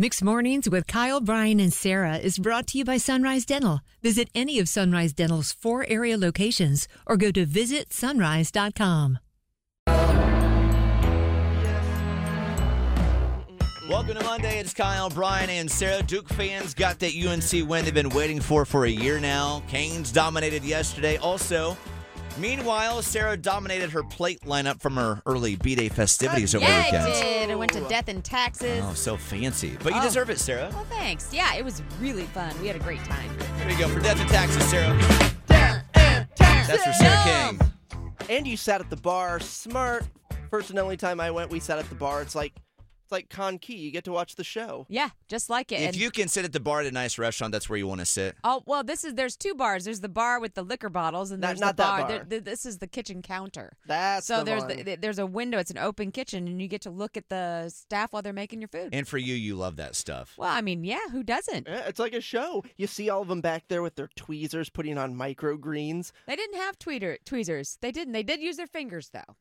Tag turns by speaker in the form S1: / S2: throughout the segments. S1: Mixed Mornings with Kyle, Brian, and Sarah is brought to you by Sunrise Dental. Visit any of Sunrise Dental's four area locations or go to visitsunrise.com.
S2: Welcome to Monday. It's Kyle, Brian, and Sarah. Duke fans got that UNC win they've been waiting for for a year now. Canes dominated yesterday. Also, meanwhile, Sarah dominated her plate lineup from her early B-Day festivities over the
S3: Yeah, I
S2: weekend.
S3: did. I went to Death and Taxes.
S2: Oh, so fancy. But you
S3: Oh.
S2: deserve it, Sarah.
S3: Well, thanks. Yeah, it was really fun. We had a great time.
S2: Here you go for death and taxes, Sarah. That's for Sarah King.
S4: and you sat at the bar. Smart. First and only time I went, we sat at the bar. It's like it's like Con Key. You get to watch the show.
S3: Yeah, just like it.
S2: If
S3: And-
S2: you can sit at the bar at a nice restaurant, that's where you want to sit.
S3: oh well, this is there's two bars. There's the bar with the liquor bottles, and
S4: Not-
S3: there's
S4: not
S3: the
S4: that
S3: bar.
S4: bar.
S3: There- th- this is the kitchen counter.
S4: That's
S3: so
S4: the
S3: there's
S4: one.
S3: th- there's a window. It's an open kitchen, and you get to look at the staff while they're making your food.
S2: And for you, you love that stuff.
S3: well, I mean, yeah, who doesn't?
S4: Yeah, it's like a show. You see all of them back there with their tweezers putting on microgreens.
S3: They didn't have tweeter tweezers. They didn't. They did use their fingers though.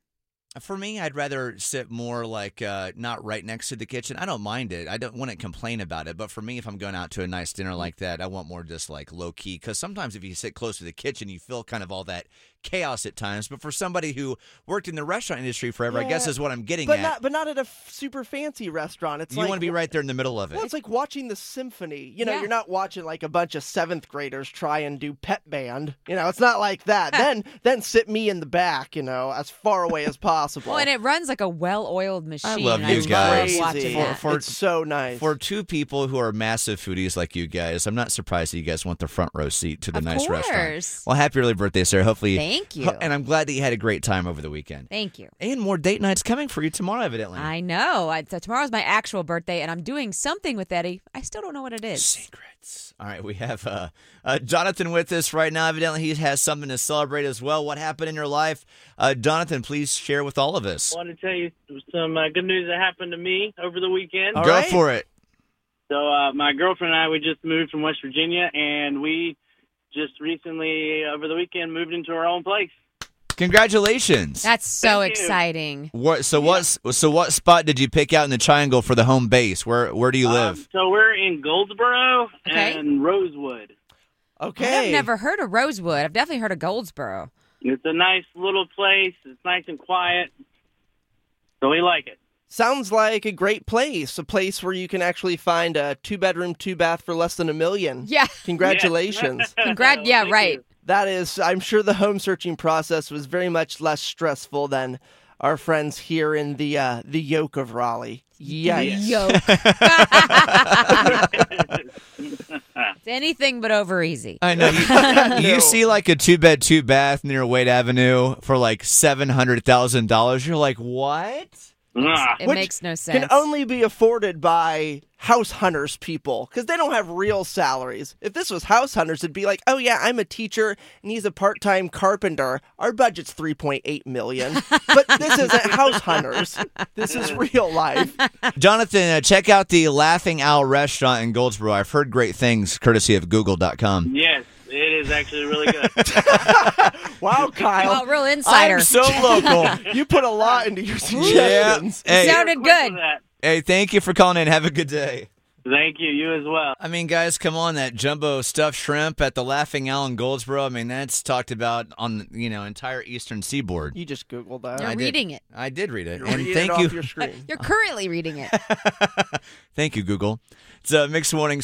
S2: For me, I'd rather sit more like uh, not right next to the kitchen. I don't mind it. I don't want to complain about it. But for me, if I'm going out to a nice dinner
S4: Mm-hmm.
S2: like that, I want more just like low key. Because sometimes if you sit close to the kitchen, you feel kind of all that chaos at times. But for somebody who worked in the restaurant industry forever, I guess
S4: Yeah,
S2: is what I'm getting
S4: But
S2: at.
S4: not but not at a f- super fancy restaurant. It's
S2: you
S4: like
S2: want to be right there in the middle of it.
S4: Well, it's like watching the symphony. You know,
S3: Yeah.
S4: you're not watching like a bunch of seventh graders try and do pet band. You know, it's not like that. then then sit me in the back. You know, as far away as possible.
S3: Well, Oh, and it runs like a well-oiled machine.
S2: Oh. love
S3: and
S2: you
S3: I
S2: guys.
S3: Love watching
S4: Crazy.
S2: For-
S3: that.
S2: for-
S4: it's so nice.
S2: for two people who are massive foodies like you guys, I'm not surprised that you guys want the front row seat to the
S3: Of
S2: nice restaurant.
S3: course.
S2: Well, happy early birthday, Sarah. Hopefully,
S3: Thank you.
S2: And I'm glad that you had a great time over the weekend.
S3: Thank you.
S2: And more date nights coming for you tomorrow, evidently.
S3: I know. I, so tomorrow's my actual birthday, and I'm doing something with Eddie. I still don't know what it is.
S2: Secrets. All right, we have uh, uh, Jonathan with us right now. Evidently, he has something to celebrate as well. What happened in your life, uh, Jonathan? Please share with all of us.
S5: want to tell you some uh, good news that happened to me over the weekend.
S2: Go
S4: right.
S2: for it.
S5: So, uh, my girlfriend and I, we just moved from West Virginia, and we just recently, over the weekend, moved into our own place.
S2: Congratulations.
S3: That's so
S5: Thank you.
S3: exciting.
S2: what? So what? So what spot did you pick out in the triangle for the home base? Where Where do you live?
S5: Um, so, we're in Goldsboro
S3: Okay.
S5: and Rosewood.
S4: okay.
S3: I've never heard of Rosewood. I've definitely heard of Goldsboro.
S5: It's a nice little place, it's nice and quiet. So, we like it.
S4: Sounds like a great place, a place where you can actually find a two bedroom, two bath for less than a million.
S3: Yeah.
S4: Congratulations.
S3: Congrat- yeah,
S5: Thank
S3: right.
S5: you.
S4: that is, I'm sure the home searching process was very much less stressful than our friends here in the uh, the yoke of Raleigh. Yikes.
S3: Yo. it's anything but over easy.
S2: I know. You, you see like a two bed, two bath near Wade Avenue for like seven hundred thousand dollars. You're like, what?
S5: Ah,
S3: It
S4: Which
S3: makes no sense.
S4: Can only be afforded by house hunters people because they don't have real salaries. If this was house hunters, it'd be like, oh yeah, I'm a teacher and he's a part time carpenter. Our budget's 3.8 million, but this isn't house hunters. This is real life.
S2: Jonathan, uh, check out the Laughing Owl restaurant in Goldsboro. I've heard great things courtesy of Google.com.
S5: Yes, it is actually really good.
S4: Wow,
S3: oh,
S4: Kyle,
S3: real insider.
S2: I'm so local.
S4: you put a lot into your suggestions.
S2: Hey,
S3: Sounded
S5: Quick
S3: good.
S5: with that.
S2: hey, thank you for calling in. Have a good day.
S5: Thank you. You as well.
S2: I mean, guys, come on! That jumbo stuffed shrimp at the Laughing Owl in Goldsboro. I mean, that's talked about on you know entire Eastern Seaboard.
S4: You just Googled that.
S3: You're
S2: I did-
S3: reading it.
S2: I did read it,
S4: You're
S2: and
S4: reading
S2: thank
S4: it off
S2: you,
S4: your screen.
S3: You're currently reading it.
S2: thank you, Google. It's a mixed morning